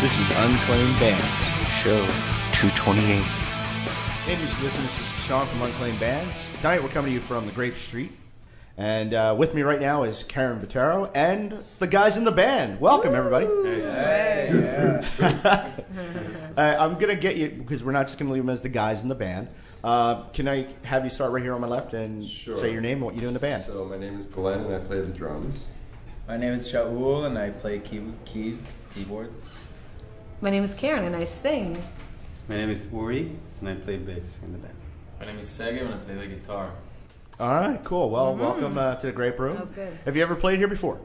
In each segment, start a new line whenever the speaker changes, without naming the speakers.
This is Unclaimed Bands,
Show 228.
Hey, music listeners, this is Sean from Unclaimed Bands. Tonight we're coming to you from the Grape Street, and uh, with me right now is Karen Vitero and the guys in the band. Welcome, everybody. uh, I'm gonna get you because we're not just gonna leave them as the guys in the band. Uh, can I have you start right here on my left and
Sure.
say your name and what you do in the band?
So my name is Glenn and I play the drums.
My name is Shaul and I play key- keys, keyboards.
My name is Karen and I sing.
My name is Uri, and I play bass in the band.
My name is Segem and I play the guitar.
All right, cool. Well, welcome uh, to the Grape Room.
Mm-hmm. Sounds good.
Have you ever played here before?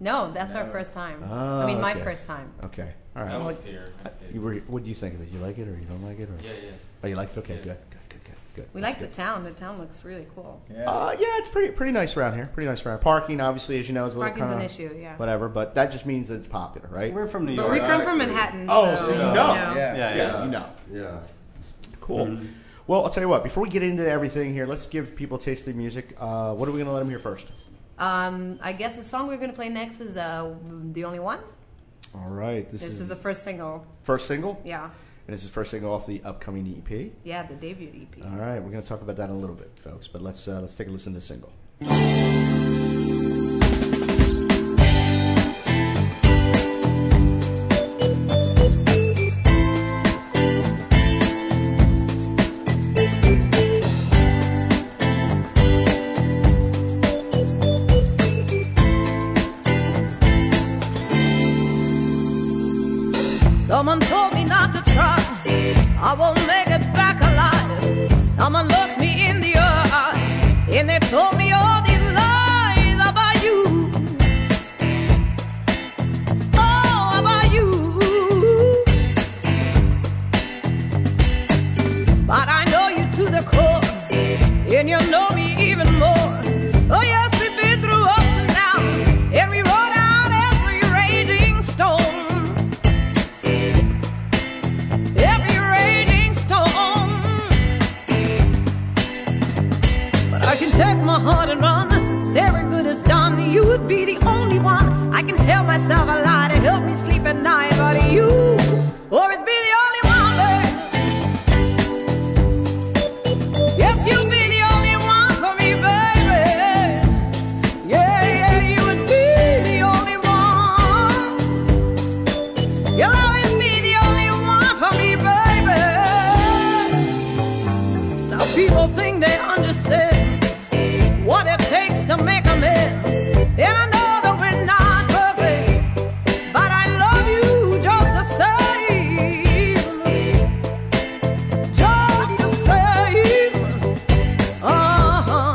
No, that's our first time.
Ah,
I mean, my
okay.
first time.
Okay. All
I
right.
was here. I
You were,
played.
what do you think of it? You like it or you don't like it? Or?
Yeah, yeah.
Oh, you like it? Okay,
Yes.
good, good, good, good, good.
We
That's
like the
good.
town. The town looks really cool.
Yeah.
Uh, yeah, it's pretty pretty nice around here. Pretty nice around. Parking, obviously, as you know, is a little
Parking's
kind
an
of
issue, yeah.
whatever, but that just means that it's popular, right?
We're from New
But
York.
we come from Manhattan.
Oh,
so,
so you
you
know.
Yeah.
yeah, yeah.
you know.
Yeah.
Cool. Well, I'll tell you what. Before we get into everything here, let's give people a taste of the music. Uh, what are we going to let them hear first?
Um, I guess the song we're going to play next is uh, The Only One.
All right. This,
This
is,
is the first single.
first single,
Yeah.
and this is first single off the upcoming EP.
Yeah, the debut E EP.
All right, we're going to talk about that in a little bit, folks. But let's uh, let's take a listen to the single.
Someone told me not to try. I won't make it back alive. Someone looked me in the eye and they told me all these lies about you. Oh, about you. But I know you to the core and you know me even more. Oh, yes, we've been through ups and downs and we rode out every raging storm every raging storm. But I can take my heart and run. Say every good is done. You would be the only one. I can tell myself a lie to help me sleep at night. But you always be the only one, babe. Yes, you'll be the only one for me, baby. Yeah, yeah, you would be the only one. You'll always be the only one for me, baby. Now people think they understand what it takes to make amends, and I know that we're not perfect, but I love you just the same, just the same. Uh huh.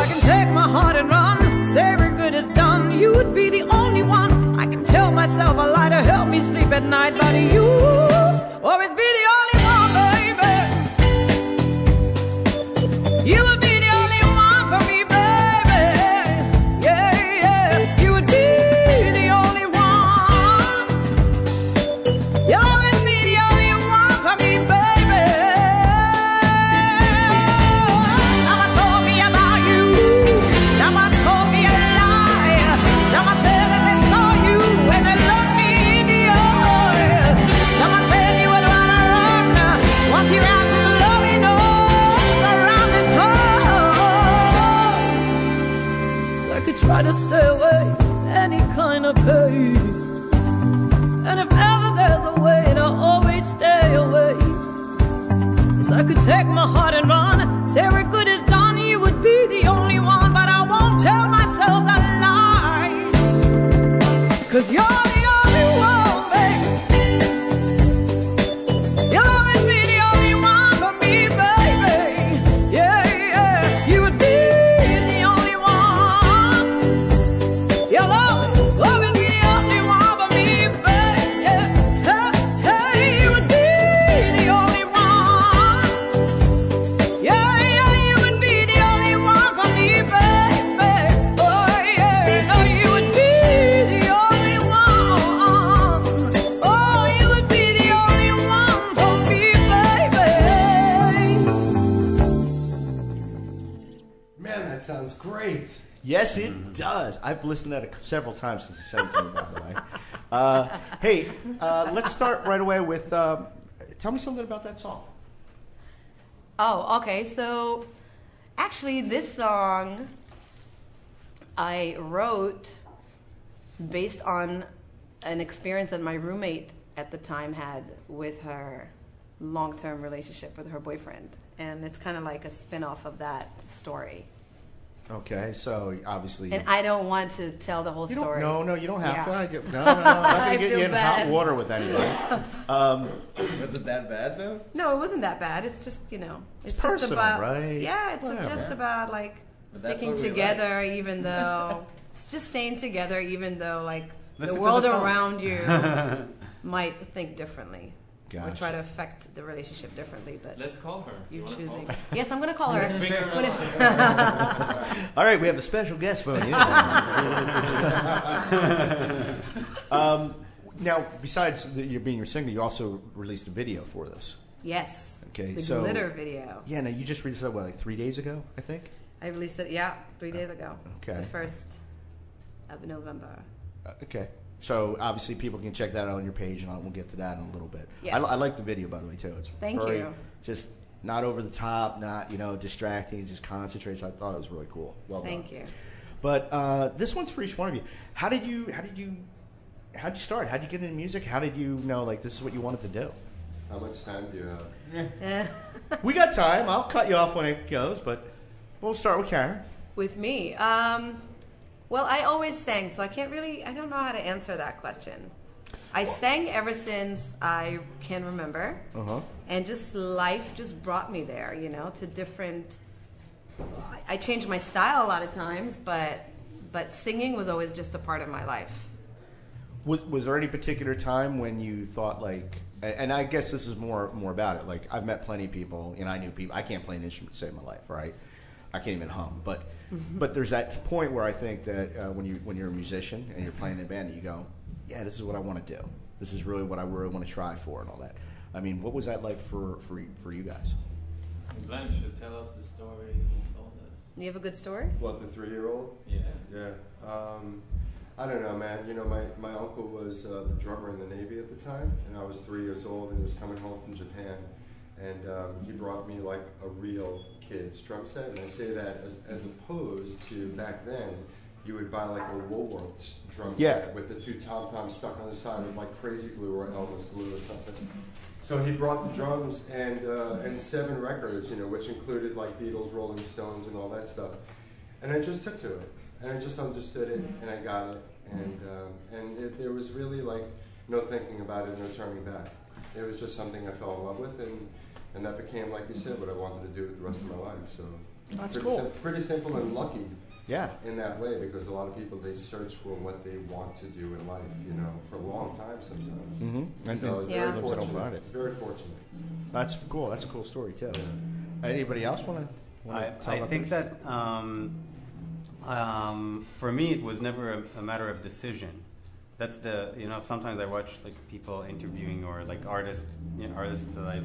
I can take my heart and run. Say every good is done. You would be the only one. I can tell myself a lie to help me sleep at night. But you always be the only one, baby. You would be the only one for me, baby. Yeah, yeah. You would be the only one. You'll always be the only one for me, baby. Someone told me about you. Someone told me a lie. Someone said that they saw you when they looked me in the eye. Someone said you would wanna run once your eyes and loving arms around this home. So I could try to stay away any kind of pain. And if ever there's a way, I'll always stay away. So I could take my heart and run. Say every good is done, you would be the only one. But I won't tell myself that lie. Cause you're the only one, babe. You'll always be the only one for me, baby. Yeah, yeah. You would be the only one. You'll always be the only one for me, baby. You would be the only one. Yeah, yeah, you would be the only one for me, baby. Oh yeah, oh you would be the only one. Oh, you would be the only one for me, baby.
Man, that sounds great.
Yes, it does. I've listened to it several times since you sent it to me, by the way. Uh, hey, uh, let's start right away with. Uh, tell me something about that song.
Oh, okay. So actually, this song I wrote based on an experience that my roommate at the time had with her long term relationship with her boyfriend. And it's kind of like a spin off of that story.
Okay, so obviously.
And I don't want to tell the whole
you
story.
Don't, no, no, you don't have
Yeah.
to. I get, no, no, no, I'm not
I
going to get
feel
you in hot
bad.
water with anybody. Um,
Was it that bad though?
No, it wasn't that bad. It's just you know,
It's
it's, just
personal,
about
right?
yeah. It's
Whatever.
just about like
But that's
sticking
what we
together, even though it's just staying together, even though like
Listen
the
to
world
the song.
around you might think differently or
Gotcha.
try to affect the relationship differently. But
Let's call her. You
you're
wanna
choosing.
Call her?
Yes, I'm gonna call her.
figure it
What if-
all right, we have a special guest phone. Yeah. um, now, besides the, you being your single, you also released a video for this.
yes.
Okay,
The
so-
glitter video.
Yeah, now you just released that what, like three days ago, I think.
I released it. Yeah, three days ago.
Okay.
The first of November.
Uh, okay. So obviously, people can check that out on your page, and I- we'll get to that in a little bit. I,
Yes.
li- I like the video, by the way, too. It's
Thank
very,
you.
Just not over the top, not you know distracting. It just concentrates. I thought it was really cool. Well
Thank
done.
you.
But uh, this one's for each one of you. How did you? How did you? How'd you start? How'd you get into music? How did you know like this is what you wanted to do?
How much time do you have?
we got time. I'll cut you off when it goes, but we'll start with Karen.
With me? Um, well, I always sang, so I can't really, I don't know how to answer that question. I sang ever since I can remember.
Uh huh.
And just life just brought me there, you know, to different. I- I changed my style a lot of times, but but singing was always just a part of my life.
Was was there any particular time when you thought like, a- and I guess this is more more about it. Like I've met plenty of people, and I knew people. I can't play an instrument to save my life, right? I can't even hum, but but there's that point where I think that uh, when you when you're a musician and you're playing in a band, you go, yeah, this is what I want to do. This is really what I really want to try for, and all that. I mean, what was that like for for y- for you guys?
Glenn should tell us the story he told us.
You have a good story?
What, the three year old?
Yeah.
Yeah. Um, I don't know, man. You know, my, my uncle was uh, the drummer in the Navy at the time, and I was three years old, and he was coming home from Japan. And um, he brought me like a real kid's drum set, and I say that as, as opposed to back then, you would buy like a Woolworths drum
Yeah.
set with the two tom toms stuck on the side with like crazy glue or Elmer's glue or something. So he brought the drums and uh, and seven records, you know, which included like Beatles, Rolling Stones, and all that stuff. And I just took to it, and I just understood it,
Mm-hmm.
and I got it, and um, and it, there was really like no thinking about it, no turning back. It was just something I fell in love with, and and that became, like you said, what I wanted to do with the rest of my life. So
That's
pretty
cool.
sim- pretty simple and lucky
Yeah,
in that way because a lot of people they search for what they want to do in life, you know, for a long time sometimes.
Mhm. And-
so I was
Yeah.
very
Sometimes I don't find
fortunate.
it.
Very fortunate.
that's cool. That's a cool story too. Anybody else want to?
I, I think that um, um, for me, it was never a, a matter of decision. That's the you know sometimes I watch like people interviewing or like artists you know, artists that I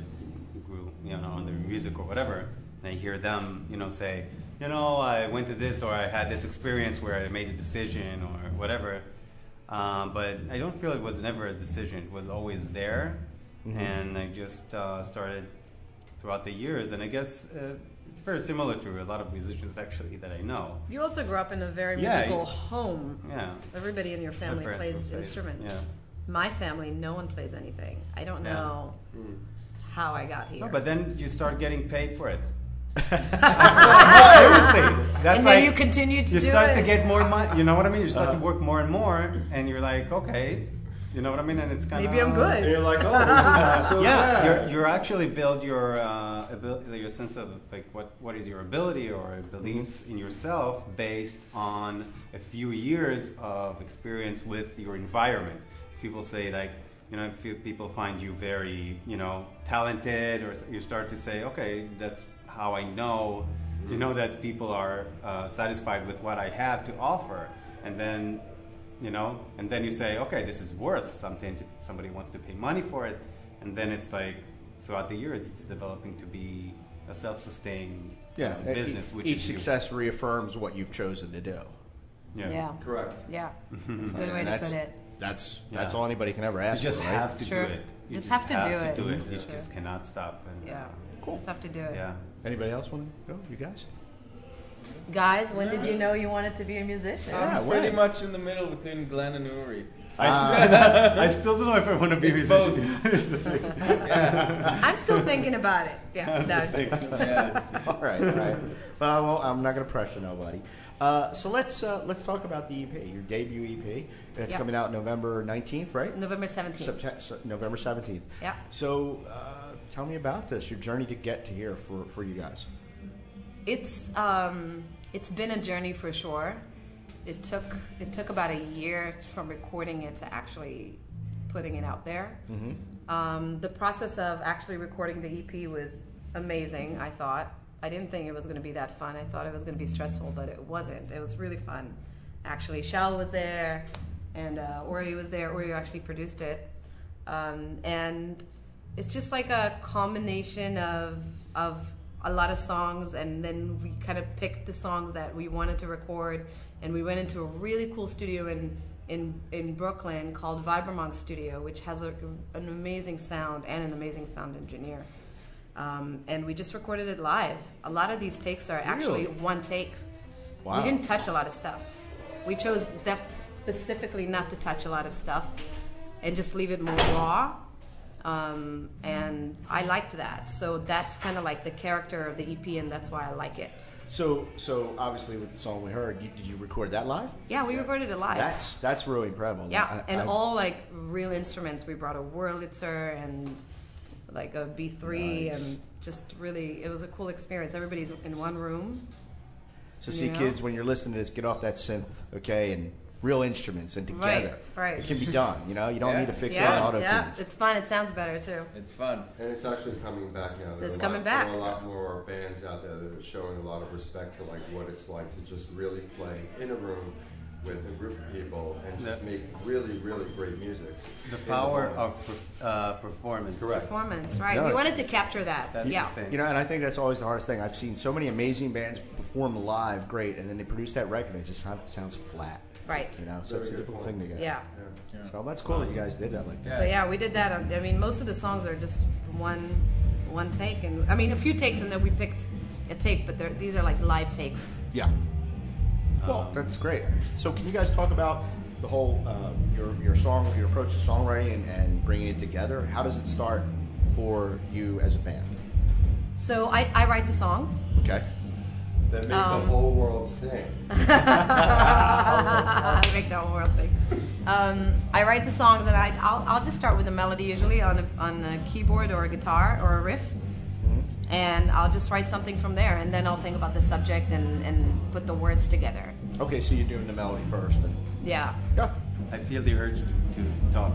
grew you know on their music or whatever, and I hear them you know say you know I went to this or I had this experience where I made a decision or whatever, um, but I don't feel it was never a decision. It was always there, and I just uh, started throughout the years, and I guess uh, it's very similar to a lot of musicians actually that I know.
You also grew up in a very
Yeah,
musical
you-
home.
Yeah,
Everybody in your family
parents
plays
would play,
instruments.
yeah.
My family, no one plays anything. I don't
Yeah.
know how I got here.
no, but then you start getting paid for it. Seriously,
and
that's like
then you continue to
you
do
start
it. Uh-huh.
to get more money. You know what I mean? You start to work more and more, and you're like, okay, you know what I mean? And it's kind of
Maybe I'm
And
good.
you're like, oh, this is not so
yeah,
bad.
you're, you're actually build your uh, ability, your sense of like what, what is your ability or beliefs in yourself based on a few years of experience with your environment. If people say like, you know, if you, people find you very, you know, talented, or s- you start to say, okay, that's how I know, you know, that people are uh, satisfied with what I have to offer, and then you know and then you say okay this is worth something to, somebody wants to pay money for it and then it's like throughout the years it's developing to be a self-sustaining
yeah,
uh, business
each,
which
each
is you.
success reaffirms what you've chosen to do.
Yeah.
Correct.
Yeah. That's a good way
And
to
that's-
put it.
that's that's
Yeah.
all anybody can ever
You
ask.
just
for, right?
have to do
Sure.
it. You
Just have to do it.
do it.
Mhm.
You
Sure.
just cannot stop. And, uh,
Yeah.
Cool.
Just have to do it.
Yeah.
Anybody else want to go? You guys?
Guys, when did you know you wanted to be a musician?
Yeah,
I'm pretty
when?
much in the middle between Glenn and Uri.
Uh,
I, st- I still don't know if I want to be a
It's
musician.
I'm still thinking about it. Yeah. no, I'm just-
Yeah.
all right, all right. But I won't, I'm not going to pressure nobody. Uh, so let's uh, let's talk about the EP, your debut EP. That's
Yeah.
coming out November nineteenth, right?
November 17th.
Septe- se- November seventeenth.
Yeah.
So uh, tell me about this, your journey to get to here for for you guys.
It's um, it's been a journey for sure. It took it took about a year from recording it to actually putting it out there. Um, the process of actually recording the EP was amazing. I thought I didn't think it was going to be that fun. I thought it was going to be stressful, but it wasn't. It was really fun. Actually, Shell was there, and uh, Ori was there. Ori actually produced it, um, and it's just like a combination of of a lot of songs, and then we kind of picked the songs that we wanted to record, and we went into a really cool studio in in in Brooklyn called Vibramont Studio, which has a, an amazing sound and an amazing sound engineer. Um, and we just recorded it live. A lot of these takes are actually
Really?
one take.
Wow.
We didn't touch a lot of stuff. We chose def- specifically not to touch a lot of stuff and just leave it more raw. Um, and I liked that. So that's kind of like the character of the EP, and that's why I like it.
So so obviously with the song we heard, you, did you record that live?
Yeah, we recorded it live.
That's that's really incredible.
Yeah,
I-
and
I-
all like real instruments. We brought a Wurlitzer and like a B3,
Nice.
and just really, it was a cool experience. Everybody's in one room.
So see,
Yeah.
kids, when you're listening to this, get off that synth, okay, and real instruments and
Right,
together.
right.
It can be done. You know, you don't
Yeah.
need to fix it
yeah,
on auto
yeah, it's fun. It sounds better too.
It's fun.
And it's actually coming back now. There are
It's
a lot-
coming back.
There are a lot more bands out there that are showing a lot of respect to like what it's like to just really play in a room with a group of people and just
Yeah.
make really, really great music.
The
in
power
moment.
of per- uh, performance.
Correct.
Performance, right?
No,
we
it-
wanted to capture that.
That's
yeah.
the thing.
You know, and I think that's always the hardest thing. I've seen so many amazing bands perform live great, and then they produce that record, and it just sound- sounds flat.
Right.
You know, so it's a
Very good
difficult
point.
thing to get.
Yeah.
So that's cool that you guys did that like that.
So yeah, we did that. on- I mean, most of the songs are just one, one take, and I mean a few takes, and then we picked a take. But they're- these are like live takes.
Yeah. Well, that's great. So can you guys talk about the whole uh, your your song, your approach to songwriting, and, and bringing it together? How does it start for you as a band?
So I, I write the songs.
Okay.
that make
Um,
the whole world sing.
make the whole world thing. Um, I write the songs and I, I'll, I'll just start with a melody usually on a, on a keyboard or a guitar or a riff. And I'll just write something from there and then I'll think about the subject and, and put the words together.
Okay, so you're doing the melody first, and
Yeah.
yeah,
I feel the urge to, to talk.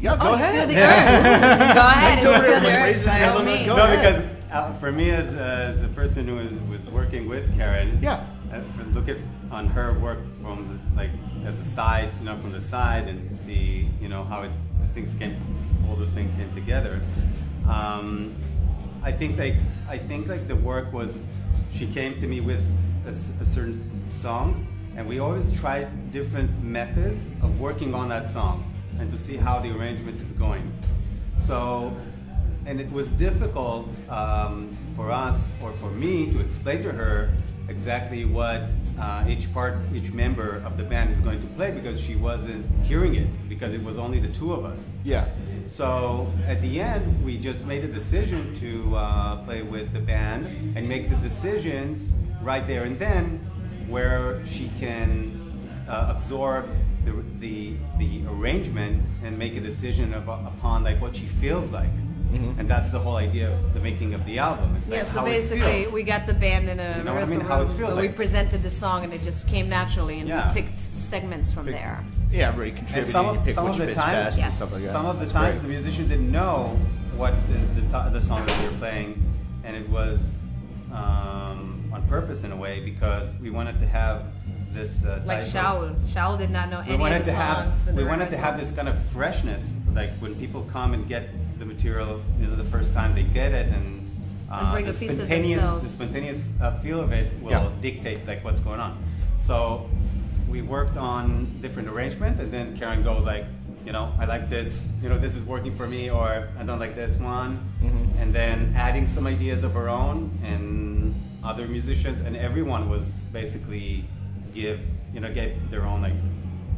yeah, go
Oh, you feel
ahead.
the urge. Go ahead and
over
feel
here,
the
raise
urge.
his
by
hand.
all
Let me
means.
go.
no,
ahead.
because uh, for me, as, as a person who was, was working with Karen,
Yeah.
uh, for, look at on her work from the, like as a side, you know, from the side, and see you know how it, the things came, all the things came together. Um, I think like I think like the work was, she came to me with a, s- a certain song, and we always tried different methods of working on that song, and to see how the arrangement is going. So, and it was difficult um, for us or for me to explain to her exactly what uh, each part, each member of the band is going to play because she wasn't hearing it because it was only the two of us.
yeah.
So at the end, we just made a decision to uh, play with the band and make the decisions right there and then, where she can uh, absorb the, the the arrangement and make a decision ab- upon like what she feels like, and that's the whole idea of the making of the album. It's
Yeah,
like
so
how it
basically,
feels.
we got the band in a
You know what I
rehearsal
mean? How it
room,
feels
but we
like.
presented the song and it just came naturally, and
Yeah.
we picked segments from
Pick-
there.
Yeah, everybody contributed.
And some
you
of,
pick
some
which
of the
fits
times,
best and
yes.
stuff like that.
some of the
That's
times
great.
the musician didn't know what is the, ti the song that we were playing, and it was um, on purpose in a way because we wanted to have this uh,
Like
type
Shaul.
of-
Shaul did not know
We
any
wanted
of the
to
songs.
have
from
we
the
wanted to
rehearsal.
have this kind of freshness, like when people come and get the material, you know, the first time they get it, and, uh,
bring
the
a piece of
spontaneous the
themselves.
spontaneous uh, feel of it will
Yeah.
dictate like what's going on. So we worked on different arrangement, and then Karen goes like, you know, I like this, you know, this is working for me, or I don't like this one,
Mm-hmm.
and then adding some ideas of her own and other musicians, and everyone was basically give, you know, gave their own like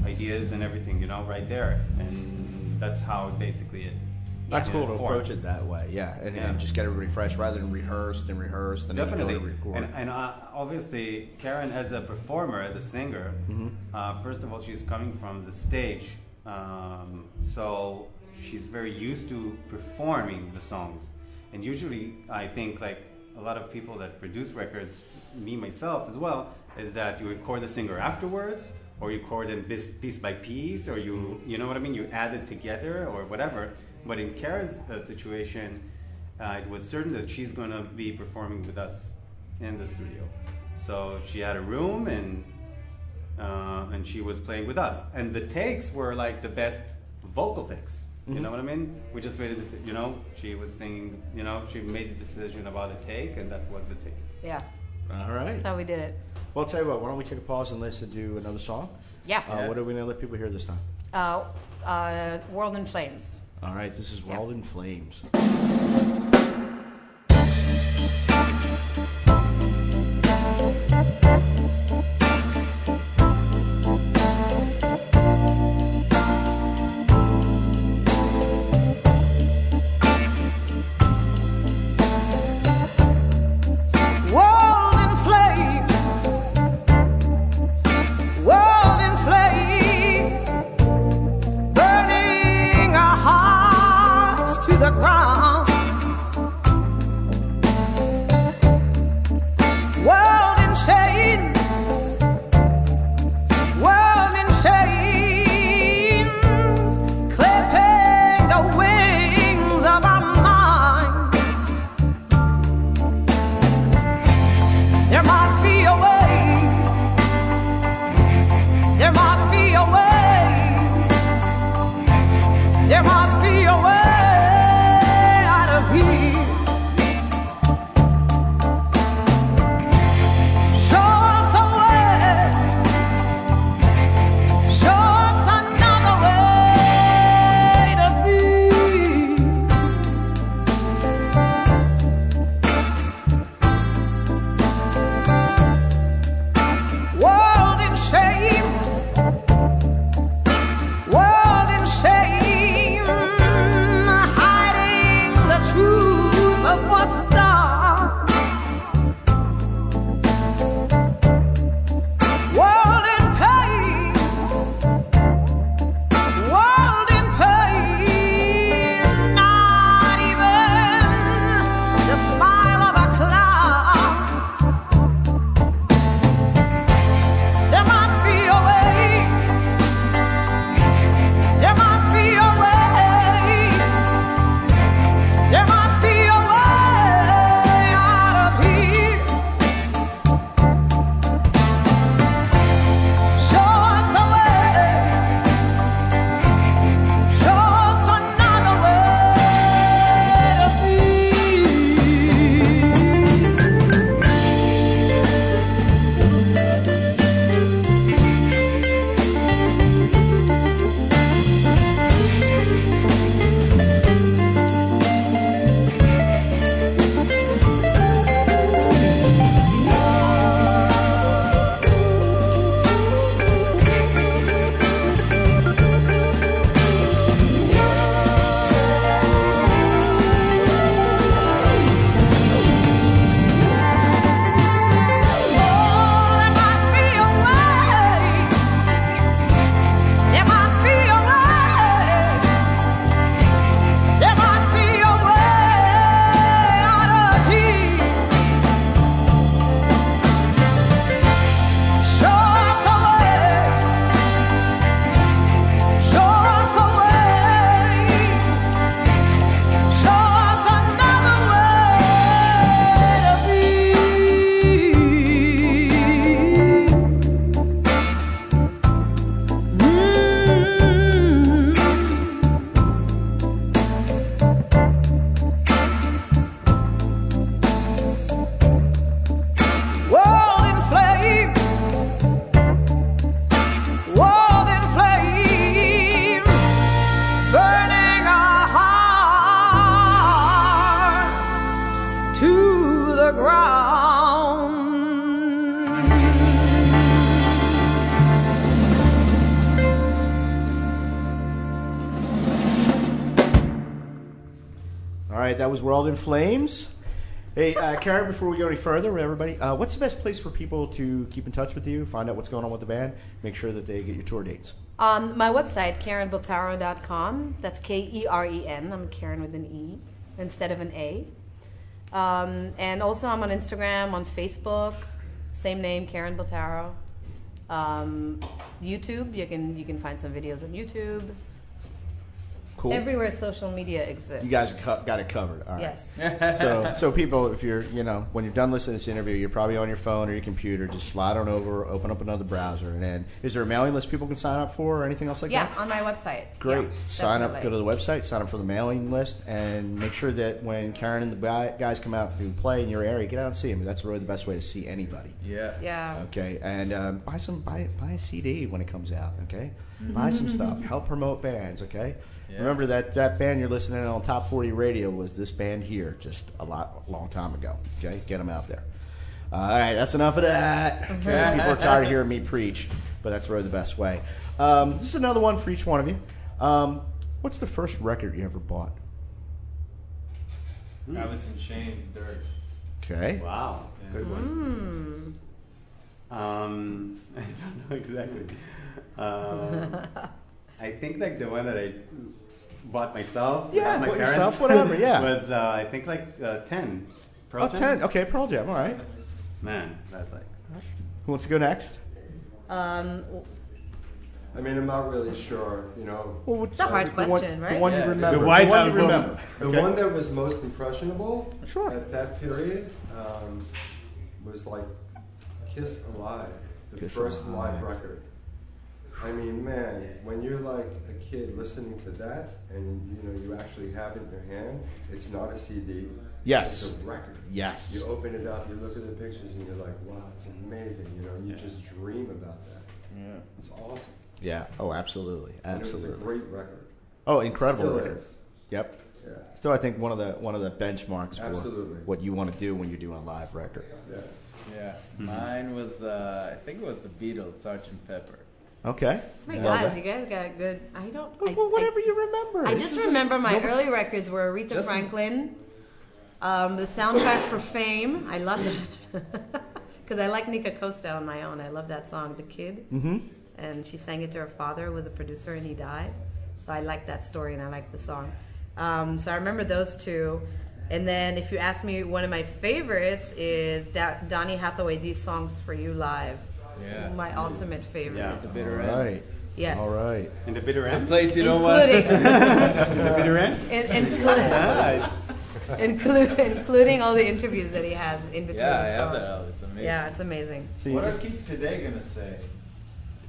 ideas and everything, you know, right there, and that's how basically it.
That's
it
cool to
formed.
approach it that way, yeah, and,
Yeah.
and just get everybody fresh rather than rehearsed and rehearsed and then you go
Definitely,
to record.
and, and uh, obviously Karen as a performer, as a singer,
Mm-hmm.
uh, first of all, she's coming from the stage, um, so she's very used to performing the songs. And usually, I think like a lot of people that produce records, me myself as well, is that you record the singer afterwards, or you record them piece, piece by piece, or you
Mm-hmm.
you know what I mean, you add it together or whatever. But in Karen's uh, situation, uh, it was certain that she's going to be performing with us in the studio. So she had a room and uh, and she was playing with us. And the takes were like the best vocal takes. You know what I mean? We just made a decision. You know, she was singing. You know, she made the decision about a take, and that was the take.
Yeah,
All right.
that's how we did it.
Well, I'll tell you what. Why don't we take a pause and listen to another song?
Yeah.
Uh, what are we gonna let people hear this time?
Oh.
Uh, uh, World in Flames.
All right. This is Wild in Flames.
World in flame. World in flame. Burning our hearts to the ground. Mm.
Mm-hmm.
right, that was World in Flames. Hey, uh, Karen, before we go any further, everybody, uh, what's the best place for people to keep in touch with you, find out what's going on with the band, make sure that they get your tour dates?
Um, my website, KarenBiltaro.com. That's K E R E N. I'm Karen with an E instead of an A. Um, and also, I'm on Instagram, on Facebook, same name, Karen Biltaro. Um, YouTube, you can you can find some videos on YouTube.
Cool.
Everywhere social media exists.
you guys co- got it covered. All right.
Yes.
so so people if you're you know when you're done listening to this interview you're probably on your phone or your computer just slide on over open up another browser and then is there a mailing list people can sign up for or anything else like
Yeah,
that
on my website.
great
Yeah,
sign up go to
definitely.
the website sign up for the mailing list and make sure that when karen and the guy- guys come out to play in your area get out and see them that's really the best way to see anybody
Yes.
Yeah.
okay and um, buy some buy, buy a cd when it comes out okay buy some stuff help promote bands okay
Yeah.
remember that that band you're listening to on top 40 radio was this band here just a lot long time ago okay get them out there all right that's enough of that okay, people are tired of hearing me preach but that's really the best way um, this is another one for each one of you um, what's the first record you ever bought
Alice in Chains, Dirt.
okay
Wow.
good one Hmm.
Um, I don't know exactly. Um, I think like the one that I bought myself,
Yeah,
not my
bought
parents,
yourself, whatever, yeah.
was uh, I think like uh, ten. Pearl
Oh, 10 okay pearl jam all right
Man, that's like
who wants to go next
Um,
I mean, I'm not really sure, you know.
well, what's-
It's a hard
Uh, the one-
question,
The
right?
one you
Yeah.
remember.
The white
the one you
album.
remember.
The
Okay.
one that was most impressionable
Sure.
at that period um, was like Kiss Alive, the
Kiss
first
Alive.
live record. I mean, man, when you're like a kid listening to that, and you know you actually have it in your hand, it's not a CD.
Yes.
it's a record.
Yes.
You open it up, you look at the pictures, and you're like, wow, it's amazing. You know, you just dream about that.
Yeah.
It's awesome.
Yeah. Oh, absolutely.
And it was a
Absolutely.
great record.
Oh, incredible
Still
record.
is.
Yep.
Yeah.
Still, I think one of the one of the benchmarks for
Absolutely.
what you want to do when you're doing a live record.
Yeah.
Yeah.
Mm-hmm.
Mine was uh, I think it was the Beatles, Sergeant Pepper.
Okay.
my
Yeah.
God, you guys got good. I don't. I,
well, whatever
I,
you remember.
I
This
just
is a-
remember my
nobody-
early records were Aretha
Just-
Franklin, um, the soundtrack for Fame. I love that because I like Nika Costa on my own. I love that song, The Kid, mm-hmm. and she sang it to her father, who was a producer, and he died. So I like that story and I like the song. Um, so I remember those two. And then if you ask me, one of my favorites is da- Donny Hathaway, These Songs for You Live. It's
Yeah.
My ultimate favorite.
yeah.
The bitter
All
end.
right.
Yes.
All right.
And the bitter
The
end.
place you don't want.
including,
the bitter end.
in- including,
Yeah, it's-
include, including all the interviews that he has in between.
Yeah, I
the
have
songs.
that. album. It's amazing.
Yeah, it's amazing.
So you
What are
just,
kids today gonna say?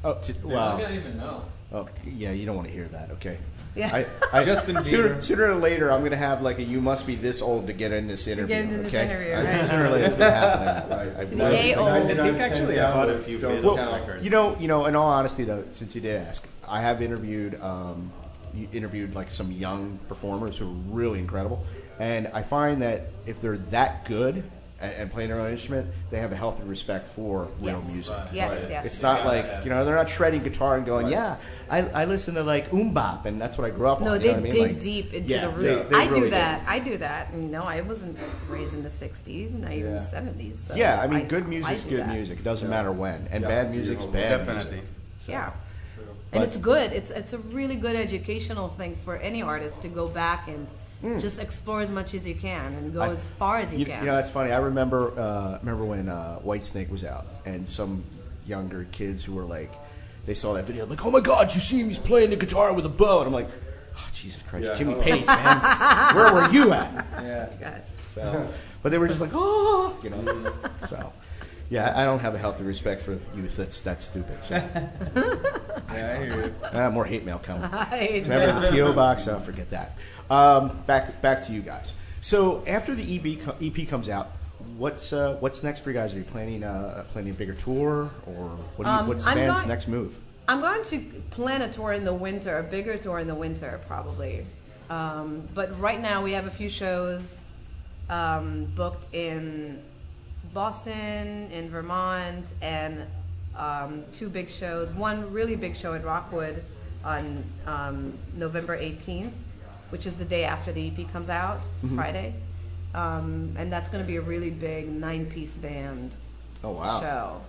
oh, t-
They're not
wow.
gonna even know.
Oh, yeah. You don't want to hear that. Okay.
Yeah.
I, I
Justin
sooner,
Bieber.
sooner or later, I'm going to have like a "you must be this old to get in this interview."
into this
okay?
interview,
I-
right.
Sooner or later, it's going to happen. I, I,
To be yay old.
I think actually I bought a few
Don't
Beatles
count.
records.
You know, you know. In all honesty, though, since you did ask, I have interviewed, um, you interviewed like some young performers who are really incredible, and I find that if they're that good and, and playing their own instrument, they have a healthy respect for real
Yes.
music.
Yes, yes.
It's not like you know they're not shredding guitar and going, yeah, I, I listen to like umbop and that's what I grew up on.
no,
you
they
know what I mean?
dig
Like,
deep into
yeah,
the
they-
roots.
they
I
really
do that. I do that. You know, I wasn't raised in the '60s, not even
Yeah.
the '70s. So
Yeah, I mean, good
I
music's
do
good
that.
music. It doesn't matter when, and
Yeah,
bad
you
music's
know,
bad.
Definitely.
Yeah.
But-
And it's good. It's it's a really good educational thing for any artist to go back and just explore as much as you can and go
Hmm. I-
as far as you,
You,
can.
you know, that's funny. I remember uh, remember when uh, White Snake was out, and some younger kids who were like, they saw that video, like, oh my god, you see him? He's playing the guitar with a bow, and I'm like, oh, Jesus Christ,
Yeah,
Jimmy
hello.
Page, man, where were you at?
God.
So, but they were just like, oh, you know. So, yeah, I I don't have a healthy respect for youth. That's that's stupid. So,
Yeah, I hear you.
ah, more hate mail coming.
I-
Remember the PO box? Don't forget that. Um, back back to you guys. So after the EB co- EP comes out, what's uh, what's next for you guys? Are you planning uh, planning a bigger tour, or what do you,
Um,
what's the
I'm
band's
going-
next move?
I'm going to plan a tour in the winter, a bigger tour in the winter, probably. Um, but right now we have a few shows um, booked in Boston, in Vermont, and um, two big shows. One really big show at Rockwood on um, November 18th, which is the day after the EP comes out. It's a
Mm-hmm.
Friday, um, and that's going to be a really big nine-piece band
Oh wow.
show.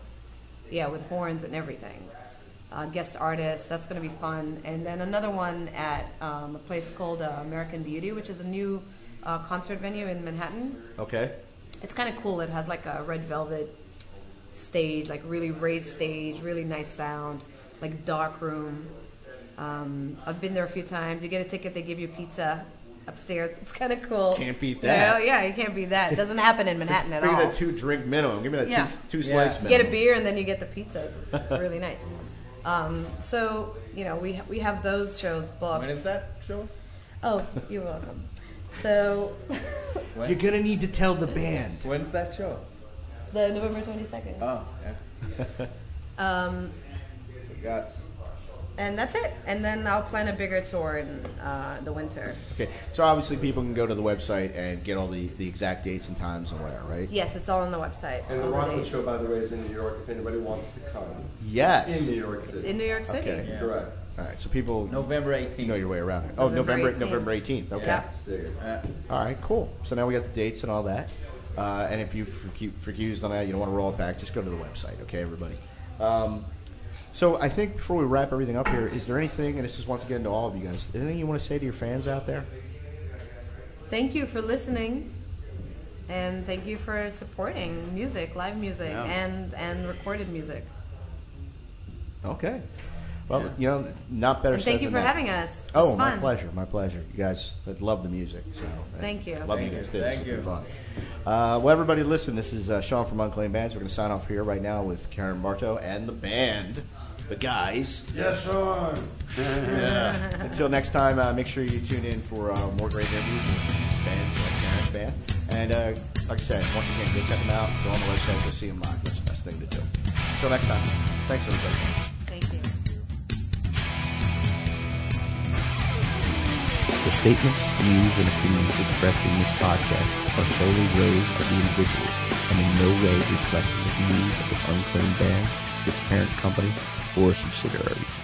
Yeah, with horns and everything. Uh, guest artists, that's going to be fun. And then another one at um, a place called uh, American Beauty, which is a new uh, concert venue in Manhattan.
Okay.
It's kind of cool. It has like a red velvet stage, like really raised stage, really nice sound, like dark room. Um, I've been there a few times. You get a ticket, they give you pizza upstairs. It's kind of cool.
Can't beat that.
Oh yeah, you can't beat that. It doesn't happen in Manhattan at
Give me
all.
that two drink minimum. Give me that
Yeah.
two two
Yeah.
slice minimum.
You get a beer and then you get the pizzas. It's really nice. Um, so you know we we have those shows booked.
When is that show?
oh, you're welcome. So
You're gonna need to tell the band.
When's that show?
the November twenty second,
Oh, yeah.
um,
Forgot.
and that's it. And then I'll plan a bigger tour in uh, the winter.
Okay. So obviously people can go to the website and get all the, the exact dates and times and whatever, right?
Yes, it's all on the website.
And the
all the
Rockland
dates.
Show, by the way, is in New York if anybody wants to come.
Yes.
In New York
It's
City.
in New York City.
Okay.
Correct.
all right. So people
November 18th.
know your way around it. Oh, November
November
November eighteenth. Okay.
Yeah.
Dig it.
Uh,
All right. Cool. So now we got the dates and all that. Uh, and if you recu- recused on that, you don't want to roll it back. Just go to the website. Okay, everybody. Um, so I think before we wrap everything up here, is there anything? And this is once again to all of you guys. is there Anything you want to say to your fans out there?
Thank you for listening. And thank you for supporting music, live music,
Yeah.
and, and recorded music.
Okay. Well, you know, it's not better.
And
said
thank you
than
for
that.
having us. It
Oh,
was
my
fun.
pleasure, my pleasure. You guys I love the music, so I
Thank you.
Love
Thank
you
you,
guys did. This
thank
has been
you.
fun. Uh, well, everybody, listen. This is uh, Sean from Unclaimed Bands. We're going to sign off here right now with Karen Marto and the band, the guys.
Yes, Sean.
Until next time, uh, make sure you tune in for uh, more great interviews with bands like Karen's band. And uh, like I said, once again, go check them out. Go on the website, go see them live. That's the best thing to do. Until next time, thanks everybody.
Thank you.
The statements, views, and opinions expressed in this podcast are solely those of the individuals and in no way reflect the views of Unclaimed Bands, its parent company, or subsidiaries.